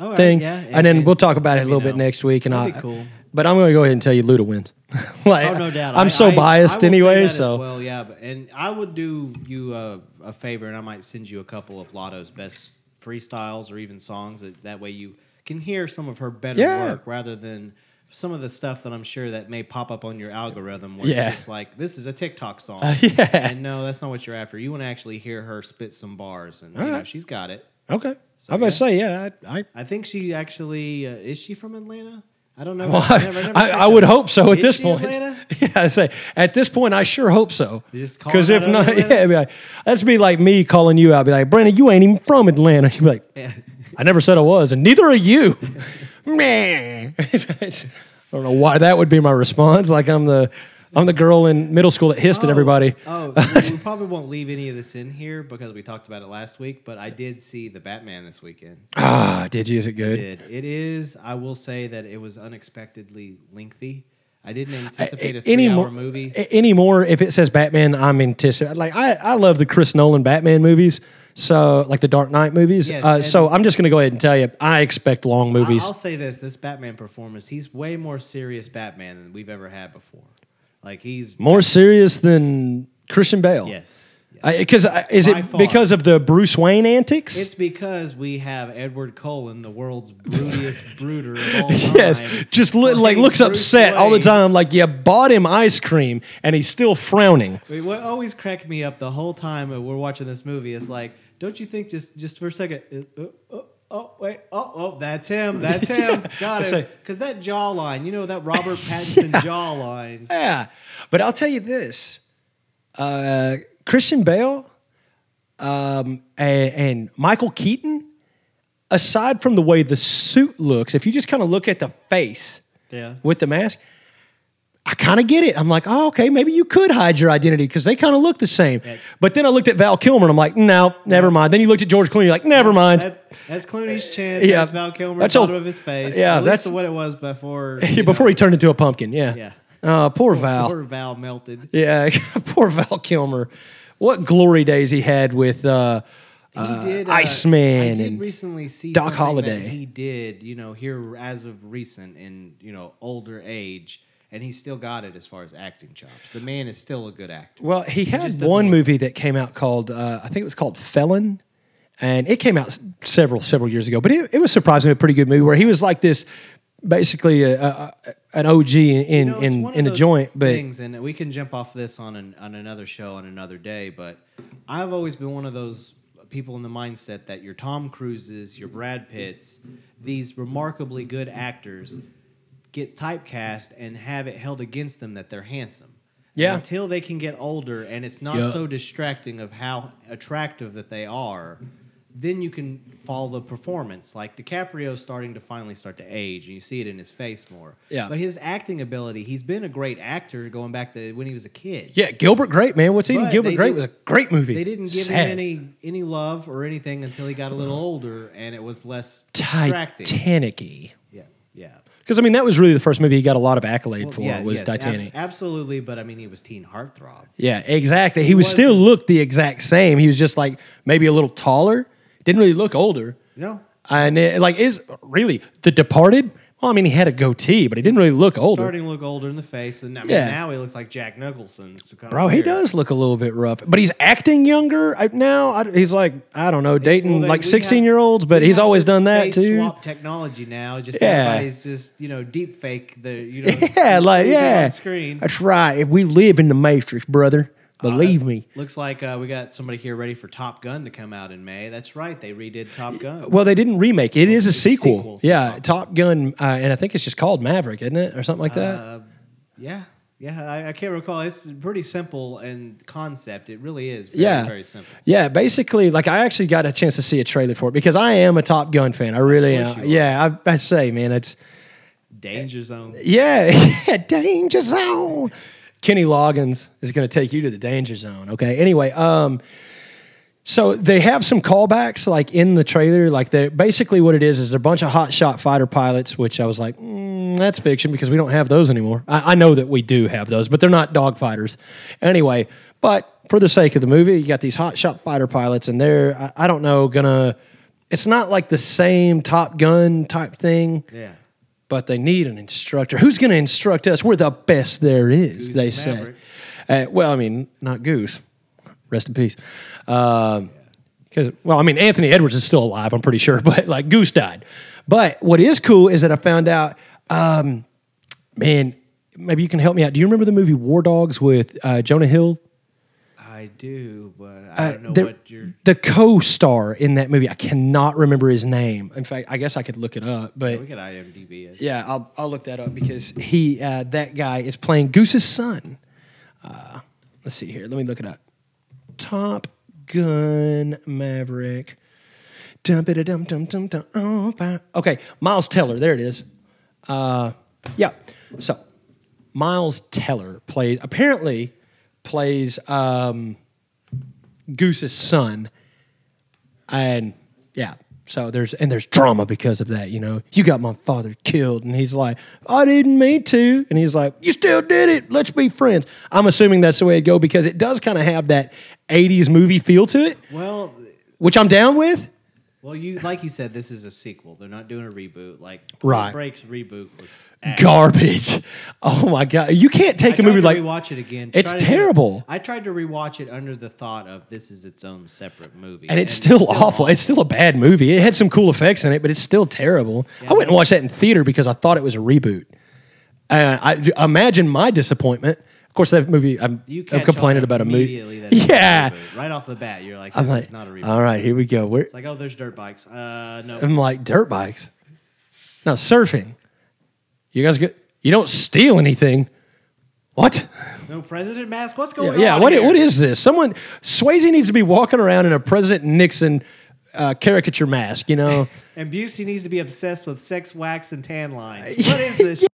All right,
thing,
yeah,
and, then we'll talk about it a
let me
little bit
know.
next week. And
That'd
I,
be cool.
but I'm going to go ahead and tell you Luda wins. like,
Oh no doubt.
I'm
I-
so
I- I
biased
will say that
anyway.
as
So
well, yeah, but, and I would do you a, a favor, and I might send you a couple of Lotto's best freestyles or even songs. That, that way you can hear some of her better
Yeah.
work rather than some of the stuff that I'm sure that may pop up on your algorithm where
Yeah.
it's just like this is a TikTok song.
yeah.
And no, that's not what you're after. You want to actually hear her spit some bars, and you know,
Alright.
she's got it.
okay,
So,
I'm going
yeah.
to say yeah. I, I,
I think she actually uh, is she from Atlanta? I don't know.
well,
I, never- never
I,
checked
I would
her.
hope so at
Is
this
she
point.
Atlanta?
Yeah, I say at this point, I sure hope so.
You just call
Because
her
if
out
not,
over
yeah,
Atlanta?
it'd be like, that's be like me calling you out. Be like, Brandon, you ain't even from Atlanta. You'd be like, I never said I was, and neither are you. Meh. I don't know why that would be my response. Like I'm the I'm the girl in middle school that hissed at
Oh,
everybody.
Oh, we- we probably won't leave any of this in here because we talked about it last week. But I did see the Batman this weekend.
Ah, did you? Is it
I
good?
did. It is. I will say that it was unexpectedly lengthy. I didn't anticipate a
A- any more-
three-hour movie.
a- Any more? If it says Batman, I'm anticipating. Like I, I love the Chris Nolan Batman movies. So like the Dark Knight movies.
Yes,
uh,
and-
so I'm just gonna go ahead and tell you, I expect long movies.
I- I'll say this: this Batman performance, he's way more serious Batman than we've ever had before. Like he's
More serious than Christian Bale.
yes. yes.
Because is
By
it
far.
because of the Bruce Wayne antics?
It's because we have Edward Cullen, the world's brutiest brooder of all time.
Yes, just li- like
playing
looks
Bruce
upset all the
Wayne.
time. Like you bought him ice cream and he's still frowning.
Wait, what always cracked me up the whole time that we're watching this movie is like, don't you think just just for a second? uh, uh, Oh, oh, wait, oh, oh, that's him, that's him, got
It's
it.
like-
Because that jawline, you know, that Robert Pattinson jawline.
Yeah, but I'll tell you this: uh, Christian Bale um, and, and Michael Keaton. Aside from the way the suit looks, if you just kind of look at the face
Yeah.
with the mask, I kind of get it. I'm like, oh, okay, maybe you could hide your identity because they kind of look the same.
Yeah.
But then I looked at Val Kilmer and I'm like, no, never mind. Then you looked at George Clooney, you're like, never mind.
That, that's Clooney's chin.
Uh, Yeah.
That's Val Kilmer,
That's
bottom
all-
of his face.
yeah,
At least
that's-
what it was before.
Yeah,
you
before
know,
he turned into a pumpkin. Yeah.
Yeah.
Uh, poor Val.
Before Val melted.
Yeah, poor Val Kilmer. What glory days he had with uh, uh,
he did
Iceman
I did
and
recently see
Doc
something
Holliday.
That he did, you know, here as of recent in you know older age, and he still got it as far as acting chops. The man is still a good actor.
Well, he
just
had
doesn't
one
look-
movie that came out called uh, I think it was called Felon, and it came out s- several several years ago. But it, it was surprisingly a pretty good movie where he was like this, basically a, a, a- an OG in
You know, it's
in
one of
in the
those
joint. But
things, and we can jump off this on an, on another show on another day. But I've always been one of those people in the mindset that your Tom Cruises, your Brad Pitts, these remarkably good actors get typecast and have it held against them that they're handsome.
Yeah.
Until they can get older and it's not
Yeah.
so distracting of how attractive that they are then you can follow the performance. Like DiCaprio's starting to finally start to age, and you see it in his face more.
Yeah.
But his acting ability, he's been a great actor going back to when he was a kid.
Yeah, Gilbert Grape, man. What's eating
But
Gilbert
they
Grape
did-
was a great movie.
They didn't give
Sad.
him any any love or anything until he got a little older, and it was less distracting.
Titanic-y.
Yeah, yeah,
Because I mean, that was really the first movie he got a lot of accolade for.
yeah.
was
yes, ab-
Titanic.
absolutely, but I mean, he was teen heartthrob.
yeah, exactly. He was still looked the exact same. He was just like maybe a little taller. Didn't really look older.
No,
And it, like is really The Departed. Well, I mean, he had a goatee, but he didn't really look older.
starting to look older in the face, and I mean,
Yeah.
now he looks like Jack Nicholson. It's kinda
Bro, he
weird.
does look a little bit rough, but he's acting younger I, now. I, he's like I don't know, dating
Well, they-
like
we have-
sixteen year olds, but
we
he's
have
always
this
done that
face
too.
Swap technology now, just
Yeah.
everybody's just you know deep fake the you know
Yeah, like
everything
yeah,
on screen.
that's right. If we live in the matrix, brother, believe me.
Looks like uh, we got somebody here ready for Top Gun to come out in May. That's right, they redid Top Gun.
Well, they didn't remake it. It is a sequel.
sequel to
yeah, Top Gun, uh, and I think it's just called Maverick, isn't it, or something like that?
Uh, yeah, yeah, I, I can't recall. It's pretty simple and concept. It really is. Very,
yeah,
very simple.
Yeah, basically, like I actually got a chance to see a trailer for it because I am a Top Gun fan. I really
course
am.
you are.
Yeah, I, I say, man, it's
Danger Zone.
yeah, yeah, danger zone. Kenny Loggins is going to take you to the danger zone. Okay. Anyway, um, so they have some callbacks like in the trailer. Like they basically what it is is a bunch of hot shot fighter pilots, which I was like, mm, that's fiction because we don't have those anymore. I, I know that we do have those, but they're not dogfighters. Anyway, but for the sake of the movie, you got these hot shot fighter pilots, and they're I, I don't know gonna. It's not like the same Top Gun type thing
Yeah.
but they need an instructor. Who's going to instruct us? We're the best there is, they
the
said.
maverick?
Uh, well, I mean, not Goose. Rest in peace. Um 'cause well, I mean, Anthony Edwards is still alive, I'm pretty sure, but like Goose died. But what is cool is that I found out, um, man, maybe you can help me out. Do you remember the movie War Dogs with uh, Jonah Hill?
I do, but I don't know
Uh, there-
what you're.
the co-star in that movie, I cannot remember his name. In fact, I guess I could look it up, but
We got IMDb. it.
yeah, I'll, I'll look that up because he uh, that guy is playing Goose's son. Uh, let's see here. Let me look it up. Top Gun Maverick. Dum ba da dum dum dum dum. Oh, ba- Okay, Miles Teller. There it is. Uh, yeah. So Miles Teller plays apparently plays um, Goose's son and yeah so there's and there's drama because of that you know you got my father killed and he's like i didn't mean to and he's like you still did it let's be friends i'm assuming that's the way it go because it does kind of have that 80s movie feel to it
Well,
which i'm down with
well, you like you said, this is a sequel. They're not doing a reboot. Like
Right.
Breaks reboot was. ass.
garbage oh my god you can't
I
take a
tried
movie
to
like
rewatch it again.
It's
Tried to-
terrible.
I tried to rewatch it under the thought of this is its own separate movie,
and it's still, awful. It's still a bad movie. It had some cool effects in it, but it's still terrible. I went and watched that in theater because I thought it was a reboot. Uh, I imagine my disappointment. Of course, that movie. I'm,
You catch
I'm complaining
on
about a
immediately
movie.
that it's not a
Yeah,
reboot. right off the bat, you're like, this
I'm like, um,
is not a reboot.
all right, here we go. We're,
it's like, oh, there's dirt bikes. Uh, no,
I'm like dirt bikes. No surfing. You guys get. You don't steal anything. What?
no president mask. What's going
Yeah,
on?
yeah, what, i-
here?
what is this? Someone Swayze needs to be walking around in a President Nixon uh, caricature mask. You know.
And Busey needs to be obsessed with sex, wax, and tan lines. What is this? shit?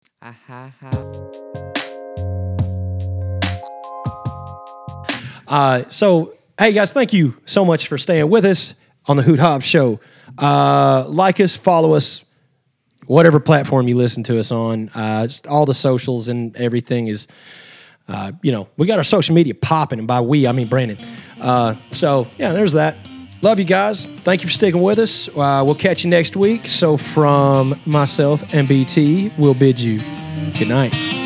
Uh, so, hey guys, thank you so much for staying with us on the Hoot Hobbs Show. Uh, like us, follow us, whatever platform you listen to us on. Uh, just all the socials and everything is, uh, you know, we got our social media popping, and by we, I mean Brandon. Uh, so, yeah, there's that. Love you guys. Thank you for sticking with us. Uh, we'll catch you next week. So, from myself and BT, we'll bid you good night.